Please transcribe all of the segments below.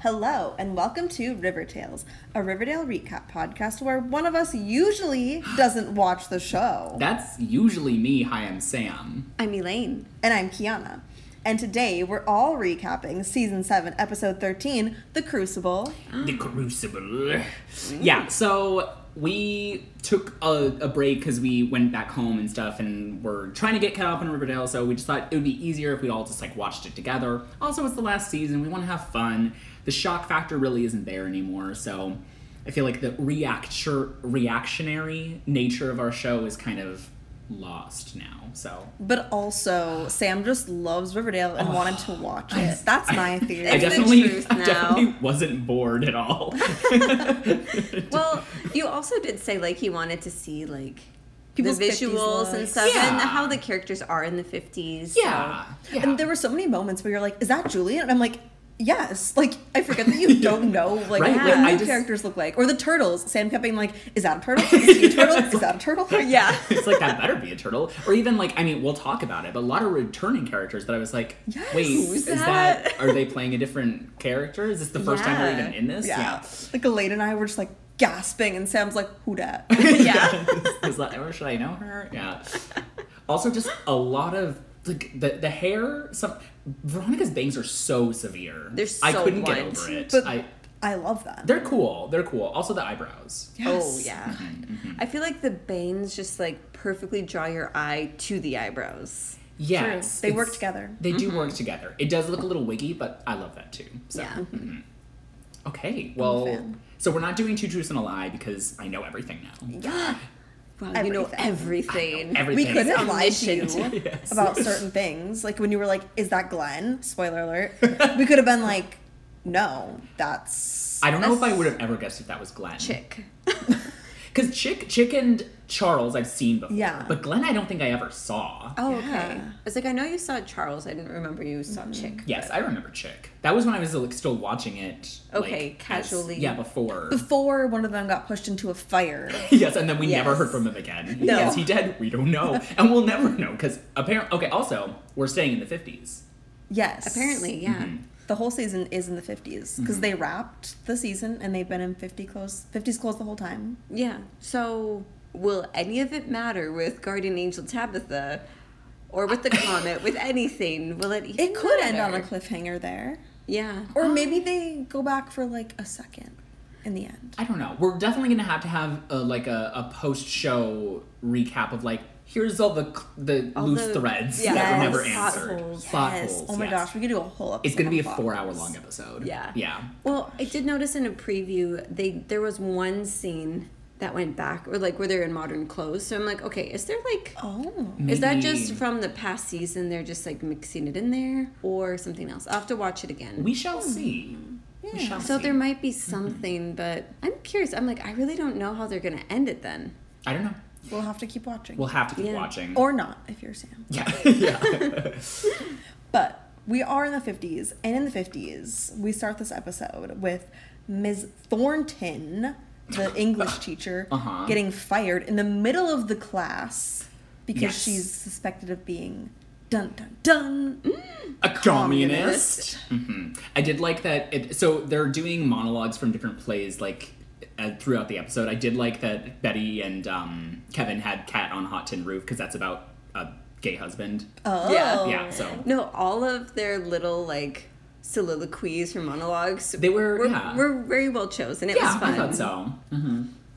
Hello, and welcome to River Tales, a Riverdale recap podcast where one of us usually doesn't watch the show. That's usually me. Hi, I'm Sam. I'm Elaine. And I'm Kiana. And today we're all recapping season 7, episode 13, The Crucible. The Ah. Crucible. Mm. Yeah, so we took a, a break because we went back home and stuff and we're trying to get caught up in Riverdale, so we just thought it would be easier if we all just like watched it together. Also, it's the last season, we want to have fun. The shock factor really isn't there anymore, so I feel like the reactor, reactionary nature of our show is kind of lost now. So But also, Sam just loves Riverdale and wanted to watch it. That's my theory. I the definitely, truth I now. definitely wasn't bored at all. Well, you also did say like he wanted to see like People's the 50s visuals and looks. stuff Yeah. and how the characters are in the Oh, 50s. yeah, yeah. And there were so many moments where you're like, is that Julian? And I'm like, yes. Like, I forget that you don't know like Right, what like, I the just- characters look like. Or the turtles. Sam kept being like, is that a turtle? Is he a turtle? Is that a turtle? Yeah. it's like that better be a turtle, or even like I mean, we'll talk about it, but a lot of returning characters that I was like, Yes. wait, Who's is that? that? Are they playing a different character? Is this the first time Yeah. they're even in this? Yeah. Like Elaine and I were just like gasping, and Sam's like, "Who dat?" Yeah. is that or should I know her? Yeah. Also, just a lot of like the the hair. Some Veronica's bangs are so severe. They're I so couldn't get blunt. over it. But- I I love that. they're cool. They're cool. Also, the eyebrows. Oh yeah. I feel like the bangs just like perfectly draw your eye to the eyebrows. Yes, They work it's- together. They do work together. It does look a little wiggy, but I love that too. So. Yeah. Okay, well, fan. so we're not doing two truths and a lie because I know everything now. Wow, you know everything. Everything. We could have lied to Omniscient. you Yes. about certain things, like when you were like, "Is that Glenn?" Spoiler alert. We could have been like, "No, that's." I don't know if I would have ever guessed if that was Glenn. Chick. Because Chick, Chick and Charles I've seen before. Yeah. But Glenn I don't think I ever saw. Oh, okay. Yeah. I was like, I know you saw Charles. I didn't remember you saw Chick. Yes, I remember Chick. That was when I was like, still watching it. like, Okay, as- casually. yeah, before. Before one of them got pushed into a fire. yes, and then we never Yes. heard from him again. No. Is he dead? We don't know. and we'll never know because apparently. Okay, also, we're staying in the 50s. Yes, Apparently, yeah. the whole season is in the fifties because they wrapped the season and they've been in fifty clothes, fifties clothes the whole time. Yeah. So, will any of it matter with Guardian Angel Tabitha or with the comet, with anything? Will it even It could end on matter? a cliffhanger there, Um, Yeah. or maybe they go back for like a second in the end. I don't know. We're definitely gonna have to have a, like a, a post show recap of like here's all the cl- the All loose the- threads yeah, that were never plot answered. holes. Plot Yes. holes, Oh my yes. gosh, we could do a whole episode. It's gonna on be a plot four hour holes. long episode. Yeah. Yeah. Well, I did notice in a preview they there was one scene that went back or like where they're in modern clothes. So I'm like, okay, is there like Oh, is that just Maybe. from the past season they're just like mixing it in there or something else? I'll have to watch it again. We shall see. We shall Hmm. so see. there might be something, but I'm curious. I'm like, I really don't know how they're gonna end it then. I don't know. Oh, we'll have to keep watching, We'll have to keep Yeah. watching. or not if you're Sam. yeah. yeah. But we are in the fifties, and in the fifties, we start this episode with Ms. Thornton, the English teacher, Uh-huh. getting fired in the middle of the class because Yes. she's suspected of being dun dun dun. Mm-hmm. a communist. hmm I did like that. It, so they're doing monologues from different plays, like uh, throughout the episode. I did like that Betty and um, Kevin had Cat on Hot Tin Roof because that's about a gay husband. Oh, Yeah. Yeah, so No, all of their little like soliloquies or monologues they were, were, yeah, were very well chosen. It yeah. was fun. I thought so.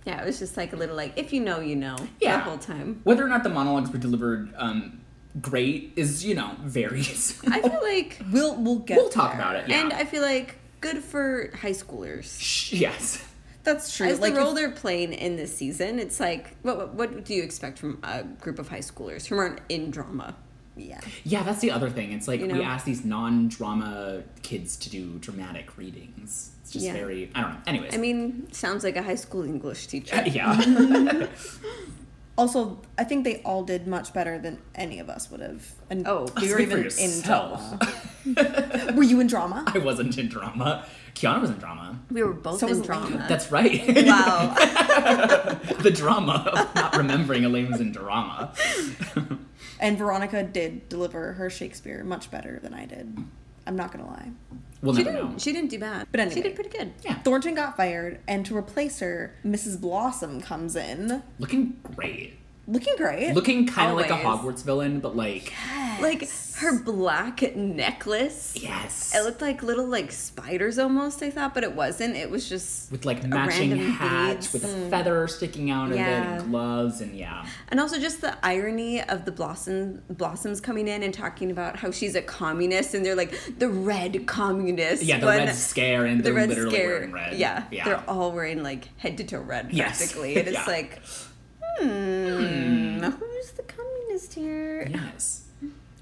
Yeah, it was just like a little like if you know, you know. Yeah, The whole time. Whether or not the monologues were delivered um, great is, you know, varies. I feel like we'll we'll get. we'll talk there. about it. Yeah. and I feel like good for high schoolers. Sh- yes. That's true. As like the if- role they're playing in this season, it's like what, what what do you expect from a group of high schoolers who aren't in drama? yeah. Yeah, that's the other thing. It's like You know? we ask these non-drama kids to do dramatic readings. It's just Yeah. very I don't know. Anyways. I mean, sounds like a high school English teacher. yeah. Also, I think they all did much better than any of us would have. And Oh, we were Speak for even in drama. yourself. Were you in drama? I wasn't in drama. Kiana was in drama. We were both So in was Elena. drama. That's right. wow. the drama of not remembering Elaine was in drama. And Veronica did deliver her Shakespeare much better than I did. I'm not gonna lie. We'll She never know. didn't. She didn't do bad. But she anyway. did pretty good. yeah, Thornton got fired, and to replace her, Mrs. Blossom comes in, looking great. looking great. Looking kind of like a Always. Hogwarts villain, but like Like her black necklace. yes, It looked like little like spiders almost. I thought, but it wasn't. It was just with like matching random hats beads. with a feather sticking out of it, Yeah. and gloves, and yeah, And also just the irony of the blossom blossoms coming in and talking about how she's a communist and they're like the red communist. yeah. The when red scare and the they're red literally scare. wearing red. Yeah, yeah. They're all wearing like head to toe red Yes. practically. And it's Yeah. like hmm, who's the communist here? yes.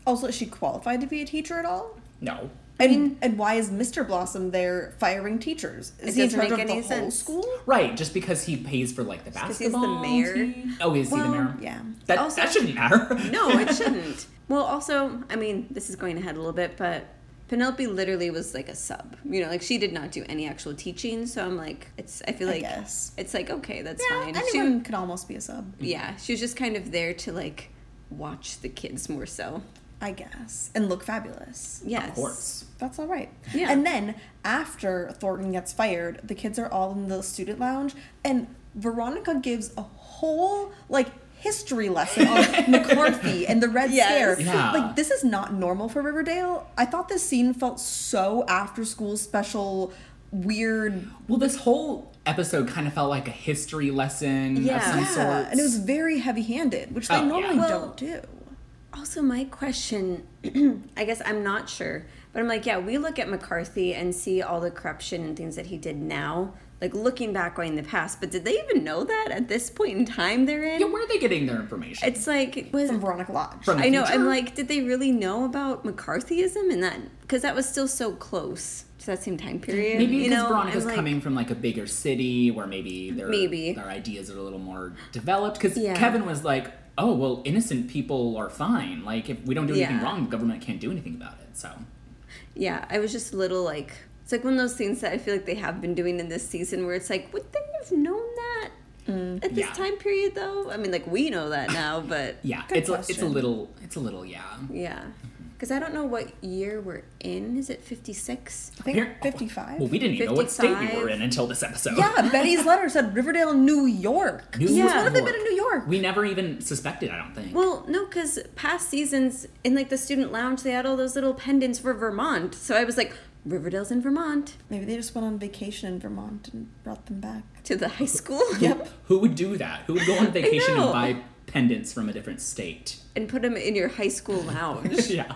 also, is she qualified to be a teacher at all? No. And, and why is Mr. Blossom there firing teachers? Is It he in doesn't charge of make the any whole sense. school? Right, just because he pays for like the 'cause he's the basketball. mayor. team. Oh, is he Well, the mayor? Yeah. That, Also- that shouldn't matter. No, it shouldn't. well, also, I mean, this is going ahead a little bit, but Penelope literally was like a sub. You know, like she did not do any actual teaching. So I'm like, it's. I feel I like guess. it's like okay, that's Yeah, fine. She- anyone could almost be a sub, yeah, she was just kind of there to like watch the kids more so. I guess, and look fabulous. Yes. Of course. That's all right. Yeah. And then after Thornton gets fired, the kids are all in the student lounge, and Veronica gives a whole like history lesson on McCarthy and the Red Yes. Scare. Yeah. Like this is not normal for Riverdale. I thought this scene felt so after school special, weird. Well, this whole episode kind of felt like a history lesson of Yeah. some yeah, sort. and it was very heavy handed, which they Oh, yeah. normally Well, don't do. Also, my question I guess I'm not sure, but I'm like, yeah, we look at McCarthy and see all the corruption and things that he did now, like looking back on the past, but did they even know that at this point in time they're in? Yeah, where are they getting their information? It's like, was, From Veronica Lodge. From- I know, I'm Future? like, did they really know about McCarthyism and that? Because that was still so close to that same time period. maybe you because know? Veronica's I'm like, coming from like a bigger city where maybe their Maybe. their ideas are a little more developed. Because Yeah. Kevin was like, "Oh, well, innocent people are fine. Like, if we don't do anything Yeah. wrong, the government can't do anything about it." So Yeah, I was just a little like, it's like one of those things that I feel like they have been doing in this season where it's like, would they have known that at this Yeah. time period though? I mean, like we know that now, but yeah, Good it's a, it's a question. little it's a little yeah. yeah. Because I don't know what year we're in. Is it 56? I think Here- 55. Well, we didn't even know what state we 55. were in until this episode. yeah, Betty's letter said Riverdale, New York. New Since Yeah. when have they been York. in New York? We never even suspected. I don't think. Well, no, because past seasons in like the student lounge, they had all those little pendants for Vermont. So I was like, Riverdale's in Vermont Maybe they just went on vacation in Vermont and brought them back. to the high school. Yep. Who would do that? Who would go on vacation and know. buy pendants from a different state? And put them in your high school lounge. yeah.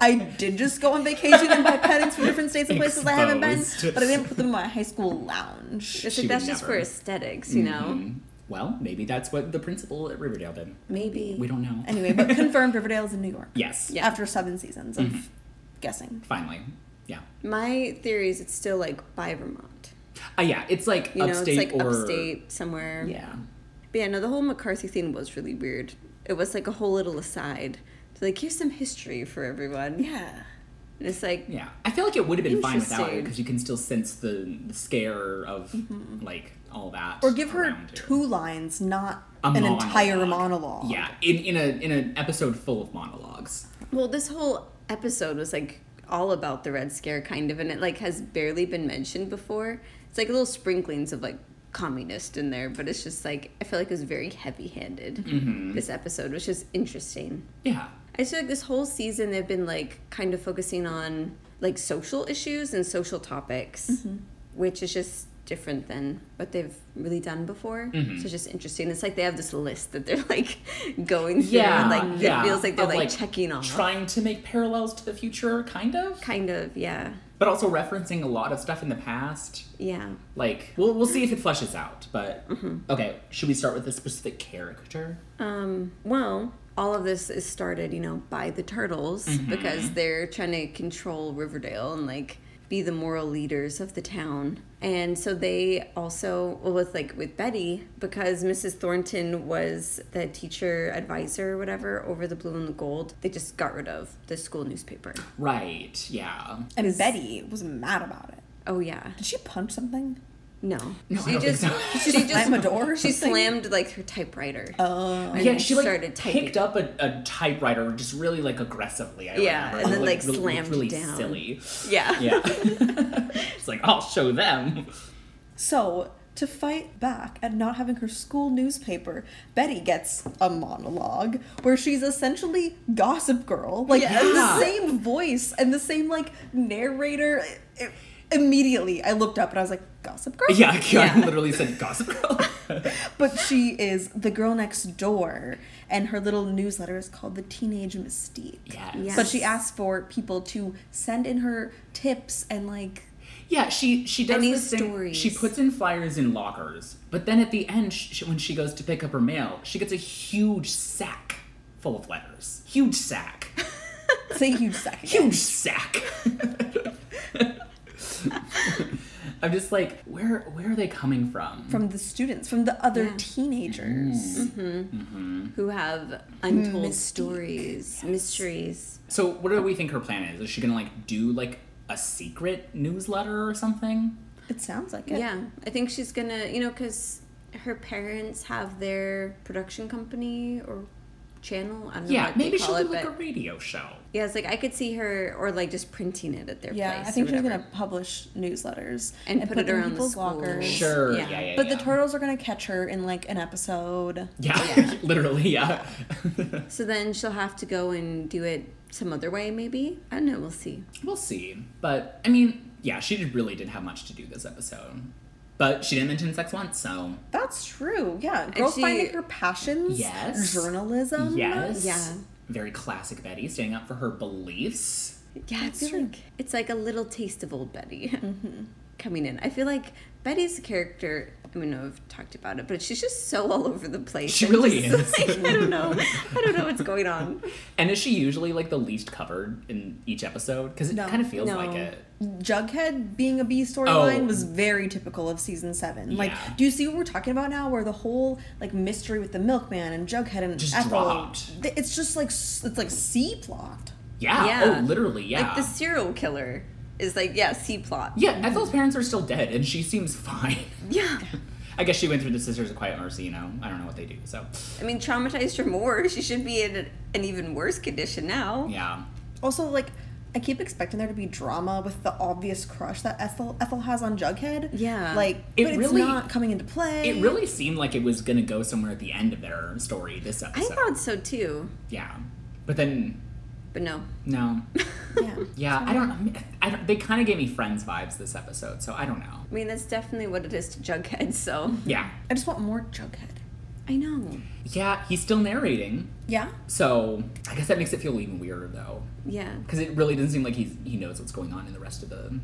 I did just go on vacation and buy pennants from different states and places I haven't been, Exposed. but I didn't put them in my high school lounge. It's She like, would that's just never. Mm-hmm. for aesthetics, you know? Um, Well, maybe that's what the principal at Riverdale did. Maybe. We don't know. Anyway, but confirmed Riverdale's in New York. Yes. Yeah. After seven seasons Mm-hmm. of guessing. Finally. Yeah. My theory is it's still like by Vermont. Uh, yeah. It's like You know, upstate it's like or upstate somewhere. yeah. But yeah, no, the whole McCarthy thing was really weird. It was like a whole little aside. It's like, here's some history for everyone. Yeah. And it's like, Yeah. I feel like it would have been fine without it Interesting. because you can still sense the, the scare of like all that. Mm-hmm. Or give her around it. two lines, not A an entire monologue. Yeah. In in a in an episode full of monologues. well, this whole episode was like all about the Red Scare, kind of, and it like has barely been mentioned before. It's like little sprinklings of like communist in there, but it's just like, I feel like it was very heavy handed. Mm-hmm. This episode, which is interesting. Yeah. I just feel like this whole season they've been like kind of focusing on like social issues and social topics, which is just different than what they've really done before. Mm-hmm. So it's just interesting. It's like they have this list that they're like going through. Yeah. and, like yeah. it feels like they're Of, like, checking off. Trying to make parallels to the future, kind of. kind of, yeah. But also referencing a lot of stuff in the past. Yeah. Like, we'll, we'll see if it fleshes out, but Mm-hmm. okay, should we start with a specific character? Um, well, all of this is started, you know, by the turtles Mm-hmm. because they're trying to control Riverdale and like be the moral leaders of the town. And so they also well with like with Betty, because Mrs. Thornton was the teacher advisor or whatever over the blue and the gold, they just got rid of the school newspaper. Right, yeah. And Betty was mad about it. Oh yeah. Did she punch something? No. No, I she don't think just so. she just slam a door or She something? slammed like her typewriter. Oh. and yeah, she like started typing. picked up a, a typewriter just really like aggressively. I Yeah, remember. and then, like, really, slammed really down. silly. Yeah. Yeah, it's like I'll show them. So, to fight back at not having her school newspaper, Betty gets a monologue where she's essentially Gossip Girl, like Yeah. the same voice and the same like narrator. I- immediately, I looked up and I was like, Gossip Girl. Yeah, Kiara Yeah. literally said Gossip Girl. But she is the girl next door, and her little newsletter is called the Teenage Mystique. yes. Yeah. But she asked for people to send in her tips and like Yeah, she she does And these this thing- stories. She puts in flyers in lockers, but then at the end, sh when she goes to pick up her mail, she gets a huge sack full of letters. Huge sack. say huge second. Huge sack. I'm just like, where where are they coming from? from the students, from the other Yeah. teenagers. Who have untold Mystique. stories, mysteries. So what do we think her plan is? Is she gonna like do like a secret newsletter or something? It sounds like it. Yeah. I think she's gonna, you know, because her parents have their production company or channel. I don't know. Yeah, what maybe they she'll call do it, like but a radio show. yeah, it's like I could see her or like just printing it at their Yeah, place. I think or she's whatever. gonna publish newsletters And put it them in around the people's schools. lockers. Sure. Yeah. Yeah. Yeah. yeah But the turtles are gonna catch her in like an episode. Yeah. literally. Yeah. So then she'll have to go and do it some other way, maybe. I don't know. We'll see. We'll see. But I mean, yeah, she did, really didn't have much to do this episode. But she didn't mention sex once, so That's true. Yeah, girl she- finding her passions. Yes. journalism. yes, Um, yeah. very classic Betty, standing up for her beliefs. Yeah, I That's feel true. like it's like a little taste of old Betty coming in. I feel like Betty's character. I mean, I've talked about it, but she's just so all over the place. She I'm really just is. like, I don't know. I don't know what's going on. And is she usually like the least covered in each episode? Because it No. kind of feels No. like it. Jughead being a B storyline Oh. was very typical of season seven. Like, Yeah. do you see what we're talking about now? Where the whole like mystery with the milkman and Jughead and Just Ethel, dropped. th- it's just like s- it's like C plot. Yeah. Yeah. Oh, literally. Yeah. Like the serial killer is like, yeah, C plot. yeah. Ethel's parents are still dead, and she seems fine. Yeah. I guess she went through the Sisters of Quiet Mercy. You know, I don't know what they do. So, I mean, traumatized her more. She should be in an, an even worse condition now. yeah. Also, like, I keep expecting there to be drama with the obvious crush that Ethel Ethel has on Jughead. Yeah. like, It but it's really- not coming into play. It really seemed like it was gonna go somewhere at the end of their story. This I episode. thought so too, Yeah, but then but no. no. Yeah. Yeah, I don't. I don't. They kind of gave me Friends vibes this episode, so I don't know. I mean, that's definitely what it is to Jughead, so. Yeah, I just want more Jughead. I know. yeah. He's still narrating, Yeah. so I guess that makes it feel even weirder though, Yeah. because it really doesn't seem like he's he knows what's going on in the rest of the.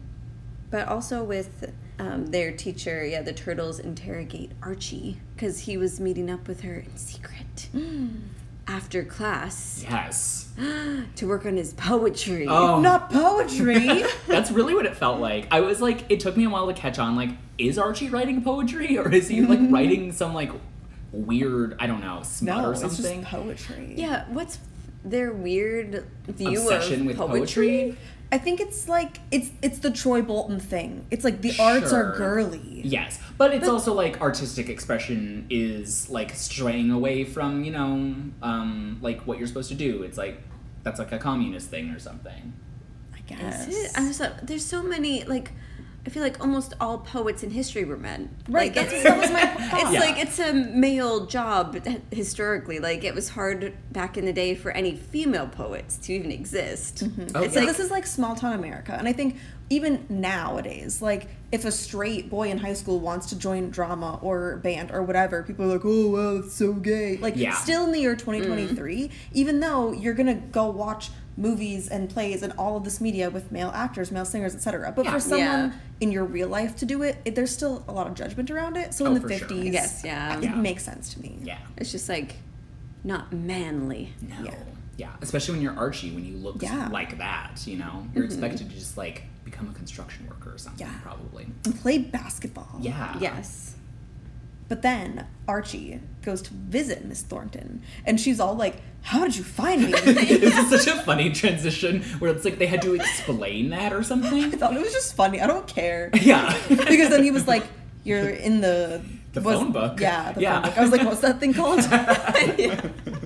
But also with um, their teacher, yeah, the turtles interrogate Archie because he was meeting up with her in secret Mm. after class Yes. to work on his poetry. Oh. Not poetry. That's really what it felt like. I was like, it took me a while to catch on. Like, is Archie writing poetry, or is he like writing some like weird, I don't know, smut Mm-hmm. no, or it's just something? poetry. Yeah, what's their weird view Obsession of with poetry? poetry? I think it's like it's it's the Troy Bolton thing. It's like the arts are Sure. girly. Yes, but it's also like artistic expression is like straying away from you know, um, like what you're supposed to do. It's like that's like a communist thing or something. I guess. Is it? I was like, there's so many like. I feel like almost all poets in history were men. Right, Like, that's it's- that was my thought. It's Yeah. like it's a male job h- historically. Like it was hard back in the day for any female poets to even exist. Oh, It's So yeah. like this is like small town America, and I think even nowadays, like if a straight boy in high school wants to join drama or band or whatever, people are like, "Oh wow, it's so gay." Like Yeah. still in the year 2023, even though you're gonna go watch movies and plays and all of this media with male actors, male singers, etc. But Yeah. for someone Yeah. in your real life to do it, it, there's still a lot of judgment around it. So Oh, in the for sure. 50s, I guess, yeah. it Yeah. makes sense to me. Yeah, it's just like not manly. no, yeah, Yeah. Especially when you're Archie, when you look Yeah. Mm-hmm. like that, you know, you're expected to just like become a construction worker or something, Yeah. probably. And play basketball. Yeah. Yes. But then Archie goes to visit Miss Thornton, and she's all like, "How did you find me?" I this is such a funny transition where it's like they had to explain that or something. thought it was just funny. I don't care. Yeah. Because then he was like, You're in the The was- phone book. Yeah, the Yeah. phone book. I was like, what's that thing called?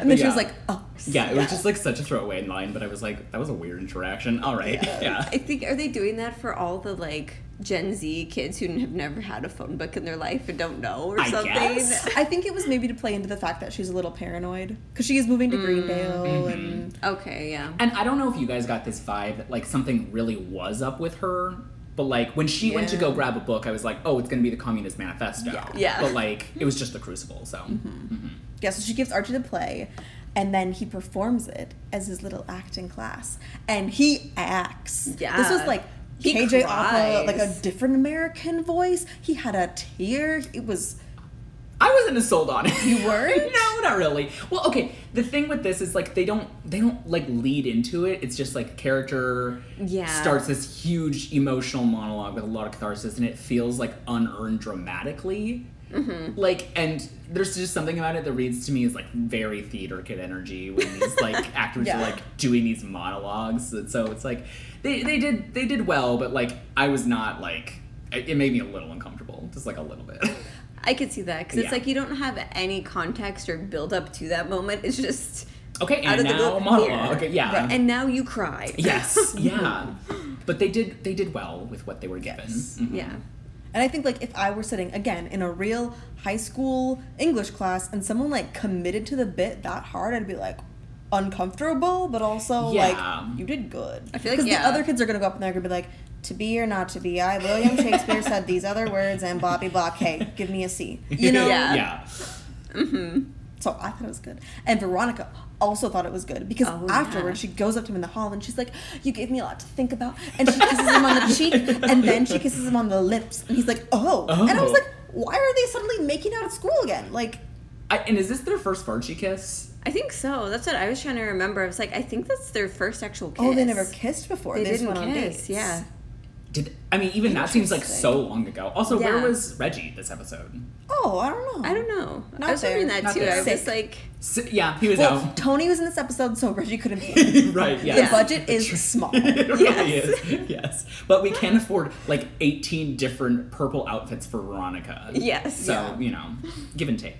And then she Yeah. was like, oh. Yeah, it was just like such a throwaway line, but I was like, that was a weird interaction. All right, yeah. I think are they doing that for all the like Gen Z kids who have never had a phone book in their life and don't know or I something? guess. I think it was maybe to play into the fact that she's a little paranoid because she is moving Mm. to Greendale Mm-hmm. and Okay, yeah. And I don't know if you guys got this vibe that like something really was up with her, but like when she went to Yeah. go grab a book, I was like, oh, it's gonna be the Communist Manifesto. Yeah. Yeah. But like, it was just the Crucible, so. yeah, so she gives Archie the play, and then he performs it as his little acting class, and he acts. this was Yeah. like. He KJ Oppa, cries. like a different American voice. He had a tear. It was I wasn't as sold on it. You weren't? no, not really. Well, okay. The thing with this is like they don't they don't like lead into it. It's just like character Yeah. starts this huge emotional monologue with a lot of catharsis, and it feels like unearned dramatically. Mm-hmm. Like and there's just something about it that reads to me as like very theater kid energy when these like actors Yeah. are like doing these monologues. And so it's like they, they did they did well, but like I was not like it it made me a little uncomfortable, just like a little bit. I could see that because Yeah. it's like you don't have any context or build up to that moment. It's just Okay, Out and of the now blue- monologue. here. Yeah. Right. and now you cry. yes. Yeah. But they did they did well with what they were given. Yes. Mhm. Yeah. And I think like if I were sitting again in a real high school English class and someone like committed to the bit that hard, I'd be like uncomfortable, but also Yeah. like you did good. I feel like, because yeah. the other kids are gonna go up and they're gonna be like, "To be or not to be, I William Shakespeare said these other words and blah blah blah. Hey, give me a C." You know. Yeah. Mm-hmm. Yeah. So I thought it was good. And Veronica also thought it was good because Oh, afterwards yeah. she goes up to him in the hall and she's like, You gave me a lot to think about. And she kisses him on the cheek and then she kisses him on the lips. And he's like, Oh. And I was Oh. like, Why are they suddenly making out at school again? Like, I, and is this their first Varchi kiss? I think so. That's what I was trying to remember. I was like, I think that's their first actual kiss. oh, they never kissed before. They, just didn't went on kiss. dates. Yeah. Did I mean even that seems like so long ago. Also, where Yeah. was Reggie this episode? Oh, I don't know. I don't know. Not I was wondering there. that Not too. there. I was Sick. like, S yeah, he was Well, out. Tony was in this episode, so Reggie couldn't be. right. Yeah. The budget is small. it really is. Yes. But we can afford like 18 different purple outfits for Veronica. Yes. Mm-hmm. So, Yeah. you know, give and take.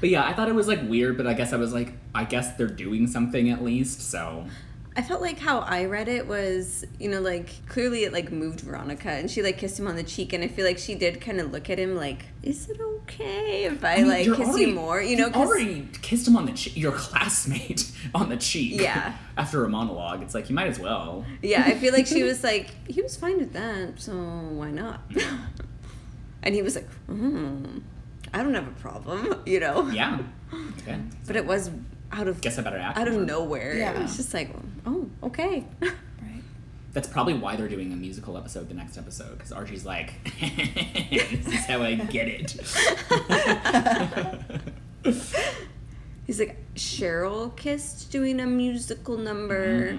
But yeah, I thought it was like weird, but I guess I was like, I guess they're doing something at least, so. I felt like how I read it was, you know, like clearly it like moved Veronica and she like kissed him on the cheek and I feel like she did kind of look at him like, is it okay if I, mean, like you're kiss already- you more? You know, 'cause- already kissed him on the cheek, your classmate on the cheek. Yeah. After a monologue, it's like, you might as well. yeah, I feel like she was like, he was fine with that, so why not? Mm. and he was like, hmm, I don't have a problem, you know? Yeah. Okay. But it was out of, Guess I better act. out of more. nowhere. Yeah. It was just like, oh, okay. Right. That's probably why they're doing a musical episode the next episode because Archie's like, "This is how I get it." He's like, Cheryl kissed doing a musical Mm. number.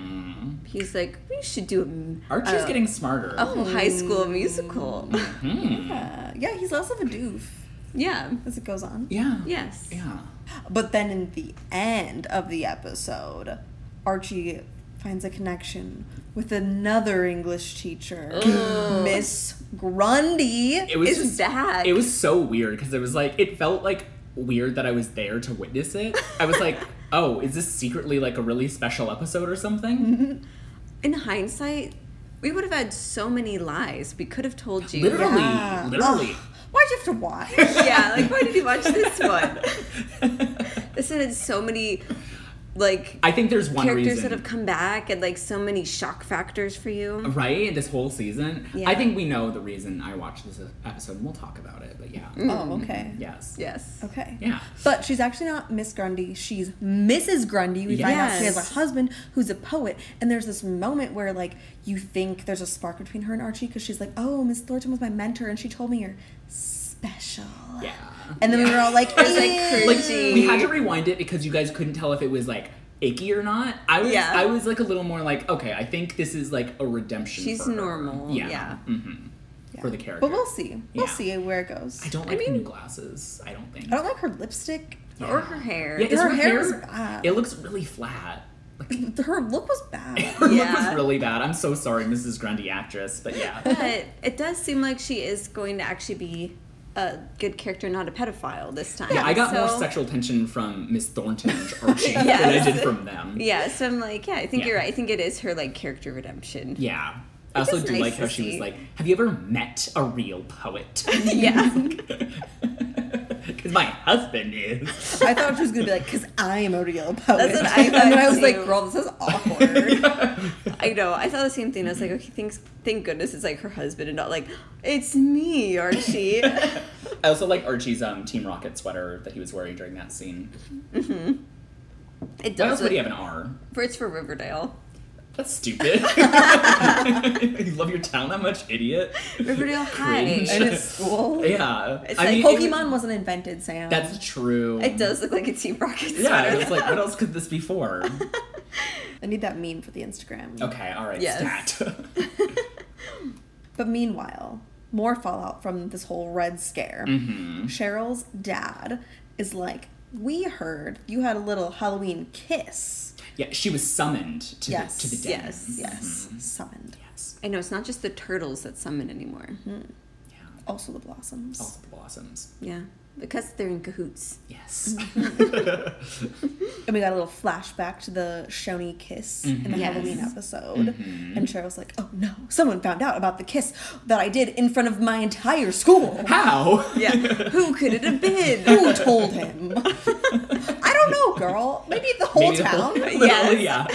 He's like, we should do a m- Archie's a- getting smarter. a whole high school musical. Hmm. Uh, yeah, he's less of a doof yeah. as it goes on. Yeah. Yes. Yeah. But then in the end of the episode, Archie finds a connection with another English teacher, Miss Grundy. It was It's just back. It was so weird because it was like it felt like weird that I was there to witness it. I was like, "Oh, is this secretly like a really special episode or something?" In hindsight, we would have had so many lies. We could have told you. Literally, Yeah. literally. Why'd you have to watch? yeah. Like, why did you watch this one? This one had so many, like, I think there's one characters reason that have come back and, like, so many shock factors for you. Right, this whole season. I Yeah. think we know the reason I watched this episode. and We'll talk about it, but yeah. oh, okay. Yes. Yes. Okay. Yeah. But she's actually not Miss Grundy. She's Mrs. Grundy. We find out she has Yes. a husband who's a poet. And there's this moment where, like, you think there's a spark between her and Archie because she's like, oh, Miss Thornton was my mentor and she told me you're special. Yeah. And then we were all like, was, like, "Ew." Like Gee. we had to rewind it because you guys couldn't tell if it was like icky or not. I was Yeah. I was like a little more like, okay, I think this is like a redemption. She's for her. normal, Yeah. yeah. hmm For the character. But we'll see. We'll Yeah. see where it goes. I don't I like the mean- oh, new glasses. I don't think. I don't like her lipstick. Or her hair. Yeah, is Her her hair hair, is bad. it looks really flat. her look was bad. Her look Yeah. was really bad. I'm so sorry, Mrs. Grundy actress, but yeah. But it does seem like she is going to actually be a good character, not a pedophile this time. Yeah, I got more So- sexual tension from Miss Thornton and Archie than I Yes. did from them. Yeah, so I'm like, yeah, I think Yeah. you're right. I think it is her like character redemption. Yeah. I also is do nice like to how she was see. like, Have you ever met a real poet? Yeah. Because my husband is. I thought she was gonna be like, "Cause I am a real poet." That's what I thought And then I was like, too. "Girl, this is awkward." I know. I thought the same thing. I was like, okay, thanks, thank goodness it's like her husband and not like, it's me, Archie. I also like Archie's um, Team Rocket sweater that he was wearing during that scene. It Why else does. would Look, he have an R? for, it's for Riverdale. That's stupid. you love your town that much, idiot. Riverdale Cringe. and High. it's school. Yeah. It's I like mean, it- Pokemon wasn't invented, Sam. that's true. It does look like a Team Rocket sweater. Mm-hmm. Yeah, I was though. like, what else could this be for? I need that meme for the Instagram. Okay, all right, Yes. stat. But meanwhile, more fallout from this whole red scare. Mm-hmm. Cheryl's dad is like, "We heard you had a little Halloween kiss." yeah, she was summoned to Yes, the to the den. yes, Yes, summoned. Yes. I know it's not just the turtles that summon anymore. Yeah. Also the blossoms. Also the blossoms. Yeah, because they're in cahoots. Yes. And we got a little flashback to the Shoni kiss in the Yes. Halloween episode. And Cheryl's like, oh no, someone found out about the kiss that I did in front of my entire school. How? Yeah, who could it have been? Who told him? I don't know, girl. Maybe the whole Maybe the town. literally, Yeah.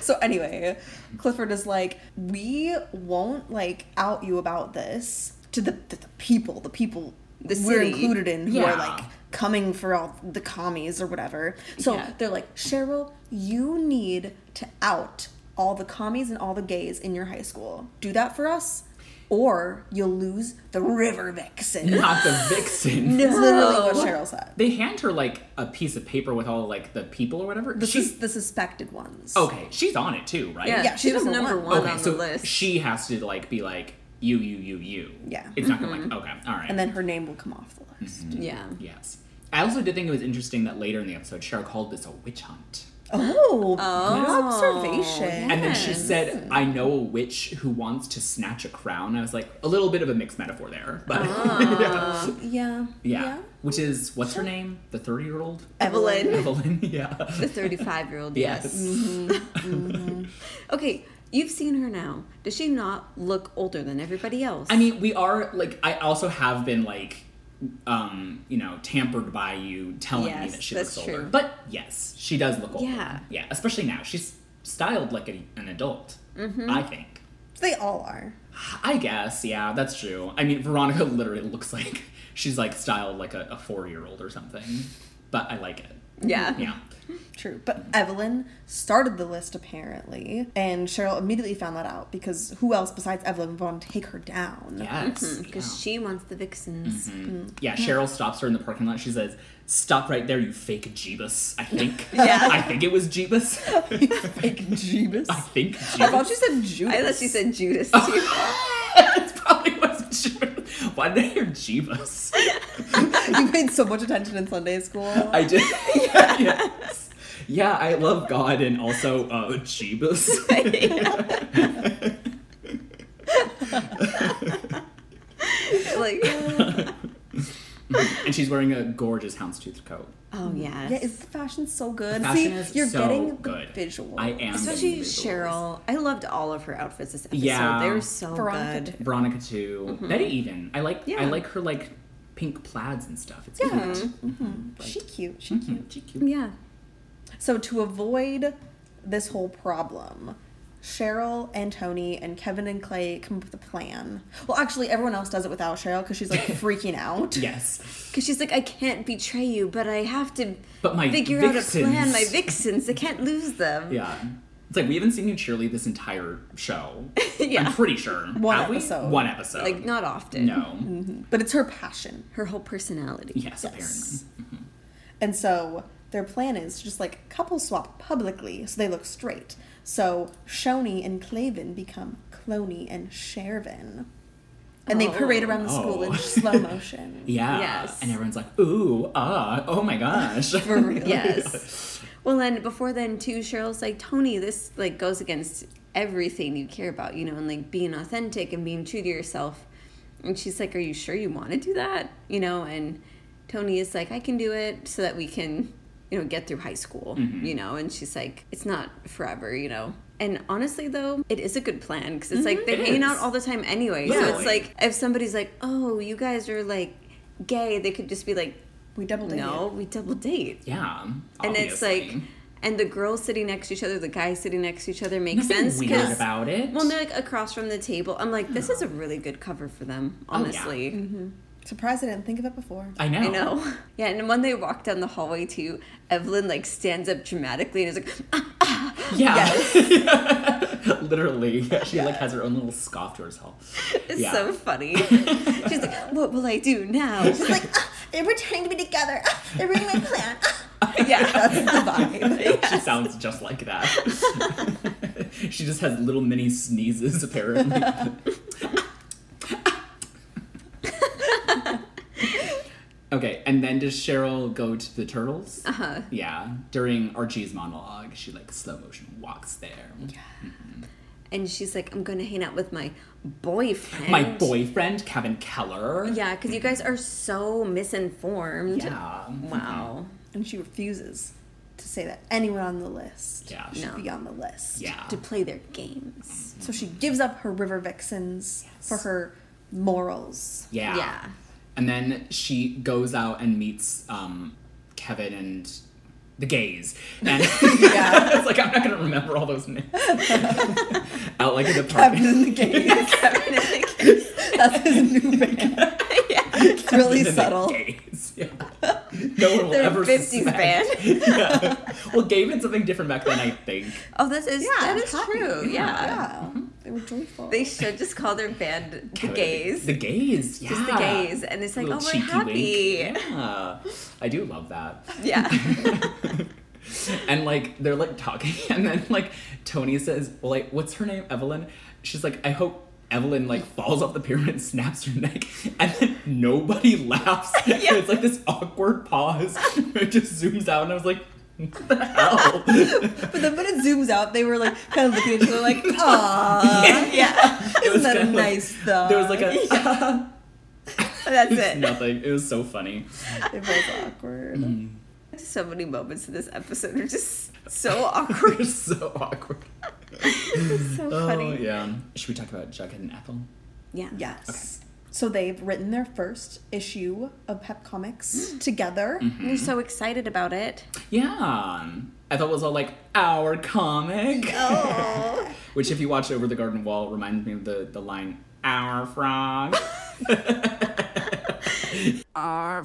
So anyway, Clifford is like, we won't like out you about this to the the, the people, the people The we're city. included in who Yeah. are like coming for all the commies or whatever. So Yeah. they're like, Cheryl, you need to out all the commies and all the gays in your high school. Do that for us, or you'll lose the River Vixen. Not the vixen. It's literally what No. Cheryl said. They hand her like a piece of paper with all like the people or whatever. The, she's sus- the suspected ones. okay. She's on it too, right? Yeah, Yeah, she she's was number number one. one, Okay, on so the list. she has to like be like you, you, you, you. Yeah. It's not Mm-hmm. gonna like okay, all right. And then her name will come off the list. yeah. yes, I also did think it was interesting that later in the episode, Cheryl called this a witch hunt. Oh, Oh, good observation. And then she Yes. said, I know a witch who wants to snatch a crown. I was like, a little bit of a mixed metaphor there. But Ah. yeah. Yeah. Yeah. Which is, what's her name? The 30 year old? Uh, Evelyn, Evelyn? Yeah. the 35 year old, Yes. yes. Okay, you've seen her now. Does she not look older than everybody else? I mean, we are, like, I also have been, like, um, you know, tampered by you telling me Yes, that she that's looks older. true. But yes, she does look older. Yeah. Yeah. Especially now. She's styled like a, an adult, Mm-hmm. I think. They all are. I guess, yeah, that's true. I mean, Veronica literally looks like she's like styled like a, a four year old or something. But I like it. yeah. Yeah. True. But Evelyn started the list apparently, and Cheryl immediately found that out because who else besides Evelyn would want to take her down? Yes. yeah. Because Mm-hmm, Mm, Mm-hmm. Mm. she wants the vixens. yeah, Cheryl stops her in the parking lot. She says, Stop right there, you fake Jeebus. I think. Yeah. I think it was Jeebus. Fake Jeebus. I think I thought Jeebus. you said Judas. I thought she said Judas too. it probably was Jeebus. Why did I hear Jeebus? you paid so much attention in Sunday school. I did. yeah, yes. yeah, I love God and also uh, Jeebus. like, and she's wearing a gorgeous houndstooth coat. oh yes. yeah, is the fashion so good? Fashion See, is you're so getting good. the visual. I am Especially getting the visuals. Cheryl. I loved all of her outfits this episode. Yeah. They were so Veronica good. too. Veronica too. Betty even. I like. I Yeah. like her like pink plaids and stuff. It's cute. She cute. She cute. Mhm, she cute. Yeah. So to avoid this whole problem, Cheryl and Tony and Kevin and Clay come up with a plan. Well, actually, everyone else does it without Cheryl because she's like freaking out. Yes, Because she's like, I can't betray you, but I have to but my figure out vixens. a plan. My vixens, I can't lose them. Yeah, it's like we haven't seen you cheerlead this entire show. Yeah. I'm pretty sure. One Have we? episode. One episode. Like, not often. no. But it's her passion. Her whole personality. Yes, Yes. And so their plan is to just like couple swap publicly so they look straight. So Shoni and Clavin become Cloney and Shervin. And they Oh. parade around the school Oh. in slow motion. apparently. Yeah. Yes. And everyone's like, ooh, ah, oh my uh, gosh. For real. Yes. Well, then before then too, Cheryl's like Tony. This like goes against everything you care about, you know, and like being authentic and being true to yourself. And she's like, "Are you sure you want to do that?" You know, and Tony is like, "I can do it, so that we can, you know, get through high school." Mm-hmm. You know, and she's like, "It's not forever," you know. And honestly, though, it is a good plan because it's like they're Mm-hmm. It hanging is. out all the time anyway. So Literally. it's like if somebody's like, "Oh, you guys are like gay," they could just be like, We double date. "No, we double date." Yeah. and it's obviously. like and the girls sitting next to each other the guys sitting next to each other makes Nothing sense weird about it. well they're like across from the table i'm like this is a really good cover for them Oh, yeah. Mm-hmm. honestly Surprised I didn't think of it before. I know. I know. Yeah, and when they walk down the hallway too, Evelyn like stands up dramatically and is like, "Ah, Yeah. Literally. Yeah, she like has her own little scoff to herself. "It's Yeah. so funny." She's like, "What will I do now?" She's like, ah, they're pretending to be together. Ah, they're ruining my plan. Ah. yeah, That's the vibe. She sounds just like that. she just has little mini sneezes apparently. okay, and then does Cheryl go to the turtles? Uh-huh. Yeah. During Archie's monologue, she like slow motion walks there. and she's like, "I'm gonna hang out with my boyfriend." My boyfriend, Kevin Keller. Yeah, because you guys are so misinformed. Yeah. Wow. And she refuses to say that anyone on the list Yeah. should No. be on the list. Mm-hmm. Yeah. To play their games. So she gives up her river vixens for Yes. her morals. Yeah. Yeah. And then she goes out and meets um, Kevin and the gays. And Yeah. it's like, I'm not going to remember all those names. out like in the park. Kevin in the game. Kevin is like, That's his new band. It's really And then the subtle. gays. Yeah. No one will They're a ever 50s suspect. band. yeah. Well, gay meant something different back then, I think. Oh, this is that is happy. true. Yeah. Yeah. Mm-hmm. They were joyful. They should just call their band the Kevin- gays. The gays. Yeah. Just the gays. And it's like, Little oh, we're cheeky happy. wink. Yeah. I do love that. Yeah. and like they're like talking and then like tony says well like what's her name evelyn she's like i hope evelyn like falls off the pyramid and snaps her neck and then nobody laughs Yeah. it's like this awkward pause it just zooms out and i was like what the hell But then when it zooms out, they were like kind of looking at each other like, ah, yeah. It was isn't that a kinda like- nice though? there was like a That's it's it. nothing it was so funny It was awkward. So many moments in this episode are just so awkward. it's so awkward It's so oh funny. yeah should we talk about jughead and ethel Yeah. Yes. So they've written their first issue of Pep Mm-hmm. Comics together. They're so excited about it. yeah ethel was all like our comic Oh. Which, if you watch Over the Garden Wall, reminds me of the, the line, Our frog. Our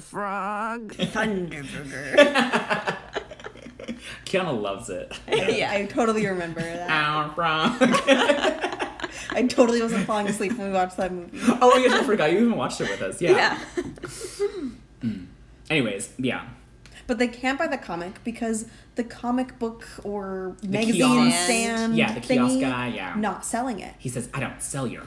frog. Thunderburger. Kiana loves it. yeah. I totally remember that. Our frog. I totally wasn't falling asleep when we watched that movie. oh my gosh, I forgot you even watched it with us. Yeah. Yeah. Anyways, yeah. But they can't buy the comic because the comic book or magazine kiosk. Um, stand Yeah, the kiosk thingy guy, yeah. not selling it. He says, I don't sell your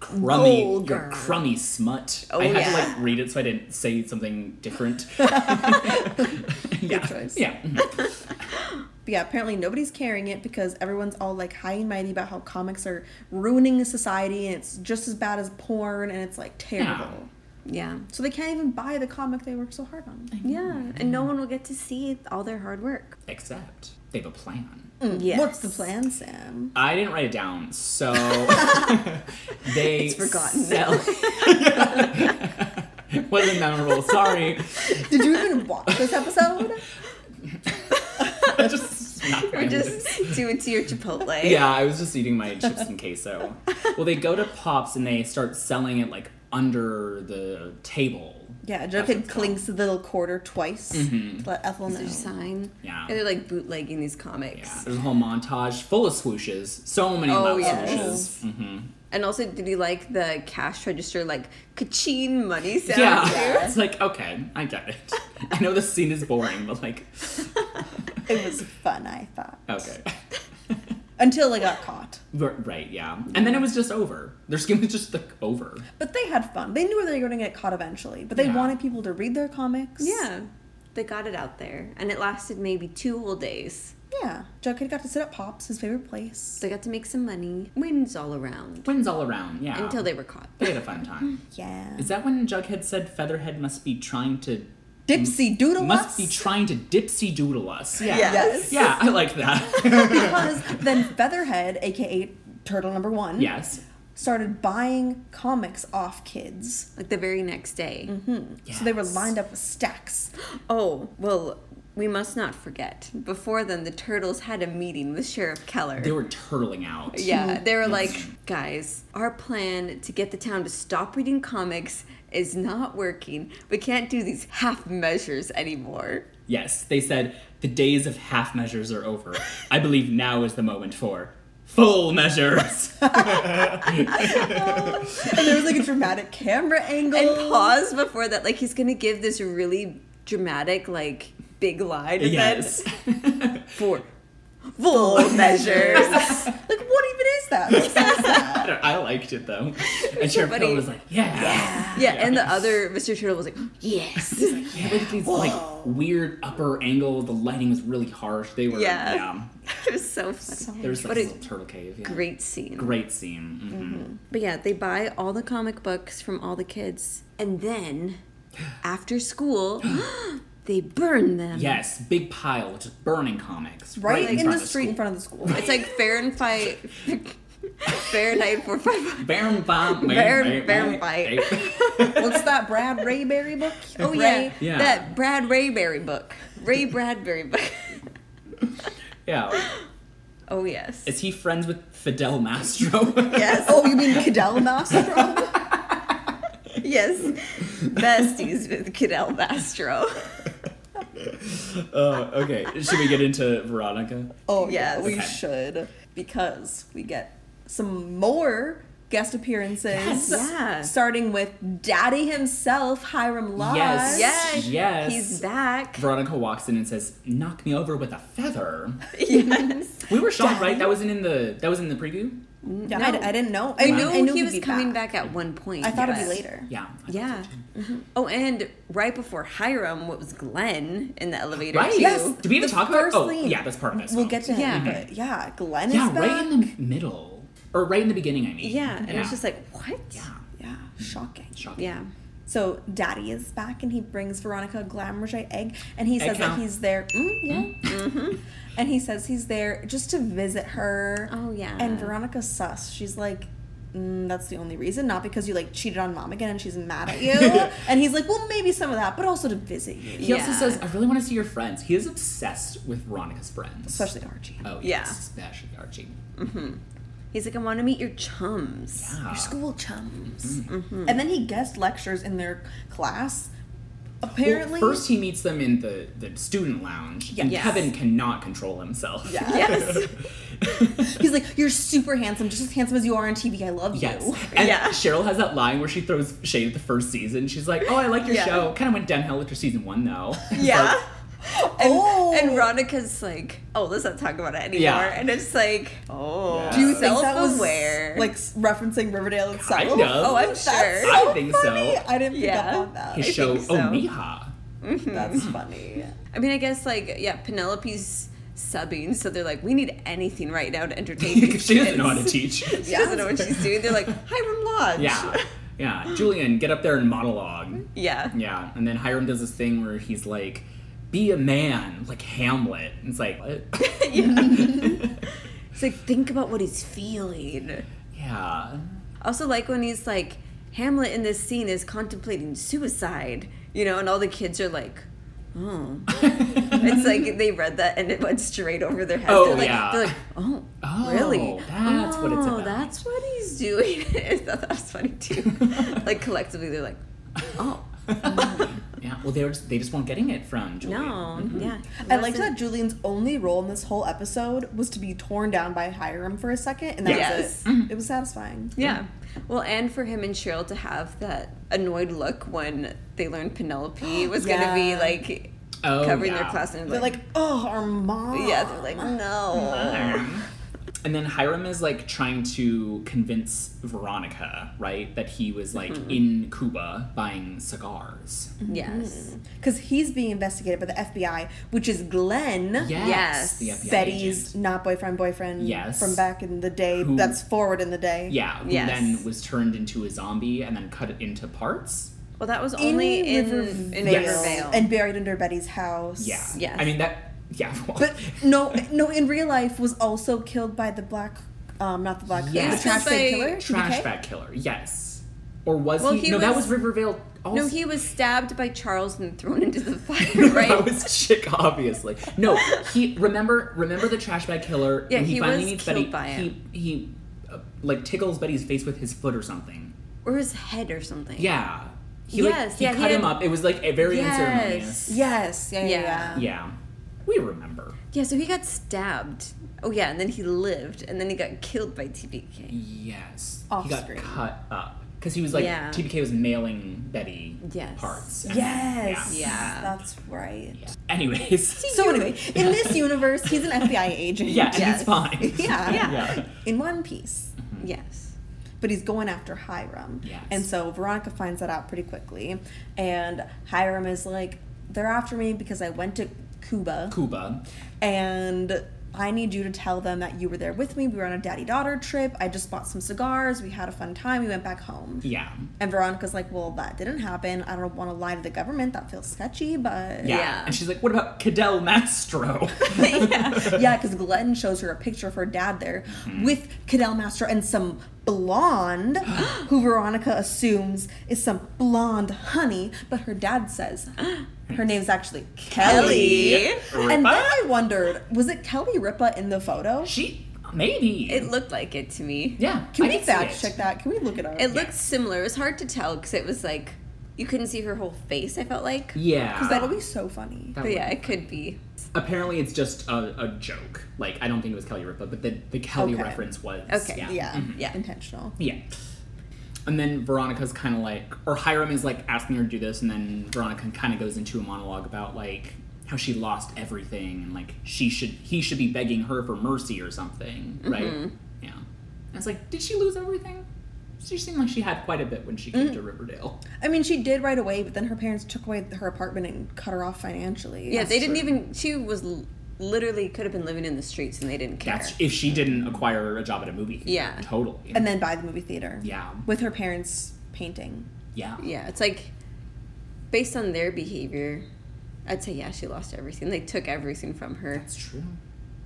crummy, your Vulgar. crummy smut. Oh, I had yeah. to like read it so I didn't say something different. yeah. choice. Yeah. mm-hmm. But yeah, apparently nobody's carrying it because everyone's all like high and mighty about how comics are ruining society and it's just as bad as porn and it's like terrible. Yeah. Yeah. So they can't even buy the comic they worked so hard on. Yeah. And no one will get to see all their hard work. Except they have a plan. Mm. Yes. What's the plan, Sam? I didn't write it down, so they It's forgotten. Sell- Wasn't memorable. Sorry, Did you even watch this episode? just not Or just do it to your Chipotle. yeah. I was just eating my chips and queso. Well, they go to Pops and they start selling it like under the table. Yeah, That's Jughead what's clings to the little quarter twice Mm-hmm. to let Ethel know. Their sign. Yeah. And they're like bootlegging these Yeah, comics. there's a whole montage full of swooshes. So many Oh, loud yes. swooshes. Mhm. And also, did you like the cash register like kacheen money sound? Mm-hmm. Yeah. too? it's like okay, I get it. I know this scene is boring, but like It was fun, I thought. okay. Until they got caught. R- Right, yeah. And then it was just over. Their skin was just like over. But they had fun. They knew they were going to get caught eventually, but they Yeah. wanted people to read their comics. Yeah. they got it out there, and it lasted maybe two whole days. Yeah. Jughead got to sit at Pop's, his favorite place. They got to make some money. Wins all around Twins all around, yeah. until they were caught. They had a fun time. Yeah. Is that when Jughead said Featherhead must be trying to Dipsy doodle must us. be trying to dipsy doodle us? Yeah. Yes. Yeah, I like that. because then Featherhead, aka Turtle Number One, yes. started buying comics off kids. Like the very next day. So they were Yes. lined up with stacks. Oh, well, we must not forget. Before then, the turtles had a meeting with Sheriff Keller. They were turtling out. yeah, they were Yes. like, guys, our plan to get the town to stop reading comics is not working. We can't do these half measures anymore. Yes, they said the days of half measures are over. I believe now is the moment for full measures. And there was like a dramatic camera angle. And pause before that. Like, he's going to give this really dramatic, like, big line. And yes. Then four. Full measures. Like, what even is that? What is that? I, don't- I liked it though. And Sheriff Somebody- Keller was like, yeah. Yeah, and the other Mr. Turtle was like, yes. Yeah, with these like weird upper angle, the lighting was really harsh. They were Yeah. yeah. it was so funny. There was like But this a little turtle cave. Yeah. Great Mm-hmm. scene. Great scene. hmm But yeah, they buy all the comic books from all the kids. And then after school, they burn them. Yes, big pile, which is burning comics. right in, in front the of street in school. front of the school. It's like Fahrenheit. Fahrenheit 455. Baron Bomb. Baron- Baron Bite. What's that Brad Rayberry book? Oh, Ray- yeah. Yeah. That Brad Rayberry book. Ray Bradbury book. Yeah. oh, yes. Is he friends with Fidel Mastro? Yes. Oh, you mean Cadell Oh, Mastro? yes. Besties with Cadell Mastro. Uh, okay. Should we get into Veronica? oh, Yes. yeah, we Okay. should. Because we get some more guest appearances. Yes. Yes. Yeah. Starting with Daddy himself, Hiram Lodge. Yes. Yes. Yes. He's back. Veronica walks in and says, "Knock me over with a feather." Yes. We were shocked, right? That wasn't in the that was in the preview. Yeah, Mm, I, I didn't know. I I knew, I knew he he'd was be coming back. at one point. I thought it'd but- be later. Yeah. I thought Yeah. so, too. Oh, and right before Hiram, what was Glenn in the elevator Right. too? Yes. Did we even The talk about? first Oh, scene. yeah. That's part of this. We'll get to him. Yeah. But yeah, Glenn Yeah, is back. right in the middle, or right in the beginning. I mean. Yeah, and it's just like what? Yeah. yeah, shocking. Shocking. Yeah. So Daddy is back and he brings Veronica a Glam Roger egg and he says that count. he's there. Mm, yeah. Mm-hmm. and he says he's there just to visit her. Oh, yeah. And Veronica's sus. She's like, mm, that's the only reason, not because you like cheated on mom again and she's mad at you. and he's like, well, maybe some of that, but also to visit you, He also Yeah. says, "I really want to see your friends." He is obsessed with Veronica's friends, especially Archie. Oh Yeah. yes, especially Archie. He's like, I want to meet your chums. Yeah. Your school chums. Mm-hmm. And then he guest lectures in their class. Well, Apparently, first he meets them in the, the student lounge, and Yes. Kevin cannot control himself. Yeah. Yes. he's like, "You're super handsome, just as handsome as you are on TV. I love Yes. you." And Yeah. Cheryl has that line where she throws shade at the first season. She's like, Oh, I like your Yeah. show. Kind of went downhill after season one, though. It's Yeah. And, Oh. and Veronica's like, oh, let's not talk about it anymore. Yeah. And it's like, oh, Yeah. Do you think that was self-aware. like s- referencing Riverdale itself? Kind of. oh, I'm That's sure. so I think so. funny. I didn't pick Yeah. up on that. His I show, think so. Oh, Miha. That's funny. I mean, I guess like, yeah, Penelope's subbing, so they're like, we need anything right now to entertain. these she doesn't know how kids. to teach. She doesn't know what she's doing. They're like, Hiram Lodge. yeah. Yeah. Julian, get up there and monologue. Yeah. Yeah. And then Hiram does this thing where he's like, Be a man, like Hamlet. And it's like, What? It's like, think about what he's feeling. yeah. Also, like when he's like, Hamlet in this scene is contemplating suicide, you know, and all the kids are like, oh. it's like they read that and it went straight over their heads. Oh, they're like, yeah. They're like, oh, Oh, really? that's what it's Oh, about." that's what he's doing. I thought that was funny too. like collectively, they're like, oh, Yeah. Well, they, were just, they just weren't getting it from no, Julian. Mm-hmm. yeah. I liked that Julian's only role in this whole episode was to be torn down by Hiram for a second, and that Yes. Mm-hmm. was it. It was satisfying. Yeah. Well, and for him and Cheryl to have that annoyed look when they learned Penelope was going to be Yeah. like Oh, covering their yeah. class and "Mm." They're like, "Oh, our mom." yeah, they're like, no. And then Hiram is like trying to convince Veronica, right, that he was like Mm-hmm. in Cuba buying cigars. Yes. Because he's being investigated by the FBI, which is Glenn, Yes. The FBI Betty's agent. not boyfriend, boyfriend Yes. from back in the day. Who- That's forward in the day. Yeah, who Yes. then was turned into a zombie and then cut into parts. Well, that was only in in, Rivervale. and buried under Betty's house. Yeah. Yes. I mean that yeah. well, But no, no, in real life was also killed by the black, um, not the black, Yes. the trash By bag killer. trash TBK? bag killer, yes. Or was Well, he, he No, that was- was Rivervale also. no, he was stabbed by Charles and thrown into the fire, right? that was chick, obviously. No, he remember remember the trash bag killer. Yeah, when he, he finally was meets Betty. killed by it. He he uh, like tickles Betty's face with his foot or something. or his head or something. Yeah, he like Yes, he yeah, he cut him had- up. It was like a very Yes. unceremonious. Yes. Yeah. Yeah. Yeah. yeah. Yeah, we remember. Yeah, so he got stabbed. Oh yeah, and then he lived, and then he got killed by TBK. Yes, Off he got screen. cut up because he was like Yeah. TBK was mailing Betty Yes. parts. And- Yes. Yeah. Yeah. That's right. yeah. Anyways, So anyway, in this universe, he's an FBI agent. yeah, and Yes. he's fine. Yeah. yeah. In One Piece. Mm-hmm. Yes. But he's going after Hiram. Yes. And so Veronica finds that out pretty quickly. And Hiram is like, they're after me because I went to Cuba. Cuba. and I need you to tell them that you were there with me. We were on a daddy daughter trip. I just bought some cigars. We had a fun time. We went back home. Yeah. And Veronica's like, Well, that didn't happen. I don't want to lie to the government. That feels sketchy, but. yeah, Yeah. And she's like, "What about Cadell Mastro?" Yeah, because Glenn shows her a picture of her dad there Mm-hmm. with Cadell Master and some blonde, who Veronica assumes is some blonde honey, but her dad says her name's actually Kelly. Kelly. And then I wondered, was it Kelly Ripa in the photo? She maybe. It looked like it to me. yeah. Can I we did see fact it. check that? Can we look it up? It looked similar. It was hard to tell because it was like you couldn't see her whole face. I felt like. Yeah. Because that'll be so funny. That But yeah, would- it could be. Apparently, it's just a, a joke. Like I don't think it was Kelly Ripa, but the the Kelly Okay. reference was. Okay, Yeah. Yeah, Mhm. Yeah. intentional. Yeah. And then Veronica's kind of like, or Hiram is like asking her to do this, and then Veronica kind of goes into a monologue about like how she lost everything and like she should he should be begging her for mercy or something, right? Yeah. And it's like, did she lose everything? She seemed like she had quite a bit when she came to Riverdale. I mean, she did right away, but then her parents took away her apartment and cut her off financially. Yeah, they didn't true. even. She was l- literally could have been living in the streets and they didn't care. That's if she didn't acquire a job at a movie. theater. Yeah. Totally. And then by the movie theater. yeah. With her parents painting. Yeah. yeah, it's like based on their behavior, I'd say yeah, she lost everything. They took everything from her. That's true.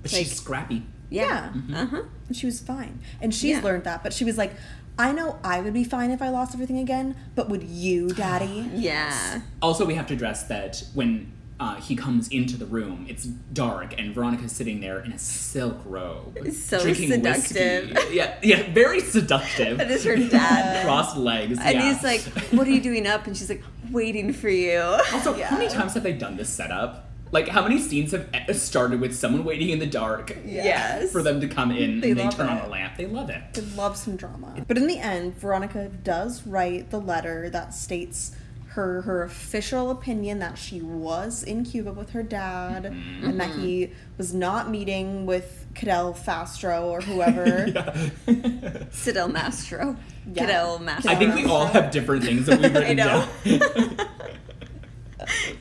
But Like- she's scrappy. Yeah. Yeah. Mm-hmm. Uh huh. And she was fine. And she's Yeah. learned that, but she was like, I know I would be fine if I lost everything again, but would you, Daddy? Yeah. Also, we have to address that when uh, he comes into the room, it's dark, and Veronica's sitting there in a silk robe, so whiskey. seductive. Yeah, yeah, very seductive. That is her dad. Crossed legs, And yeah. he's like, "What are you doing up?" And she's like, "Waiting for you." also, how many times have they done this setup? Like, how many scenes have e- started with someone waiting in the dark Yes. for them to come in They and they love turn on it. a lamp? They love it. Would love some drama. But in the end, Veronica does write the letter that states her her official opinion that she was in Cuba with her dad and that he was not meeting with Cadell Fastro or whoever. Yeah. Sidel Mastro. Yeah. Cadell Mastro. I think we all have different things that we've written know. down.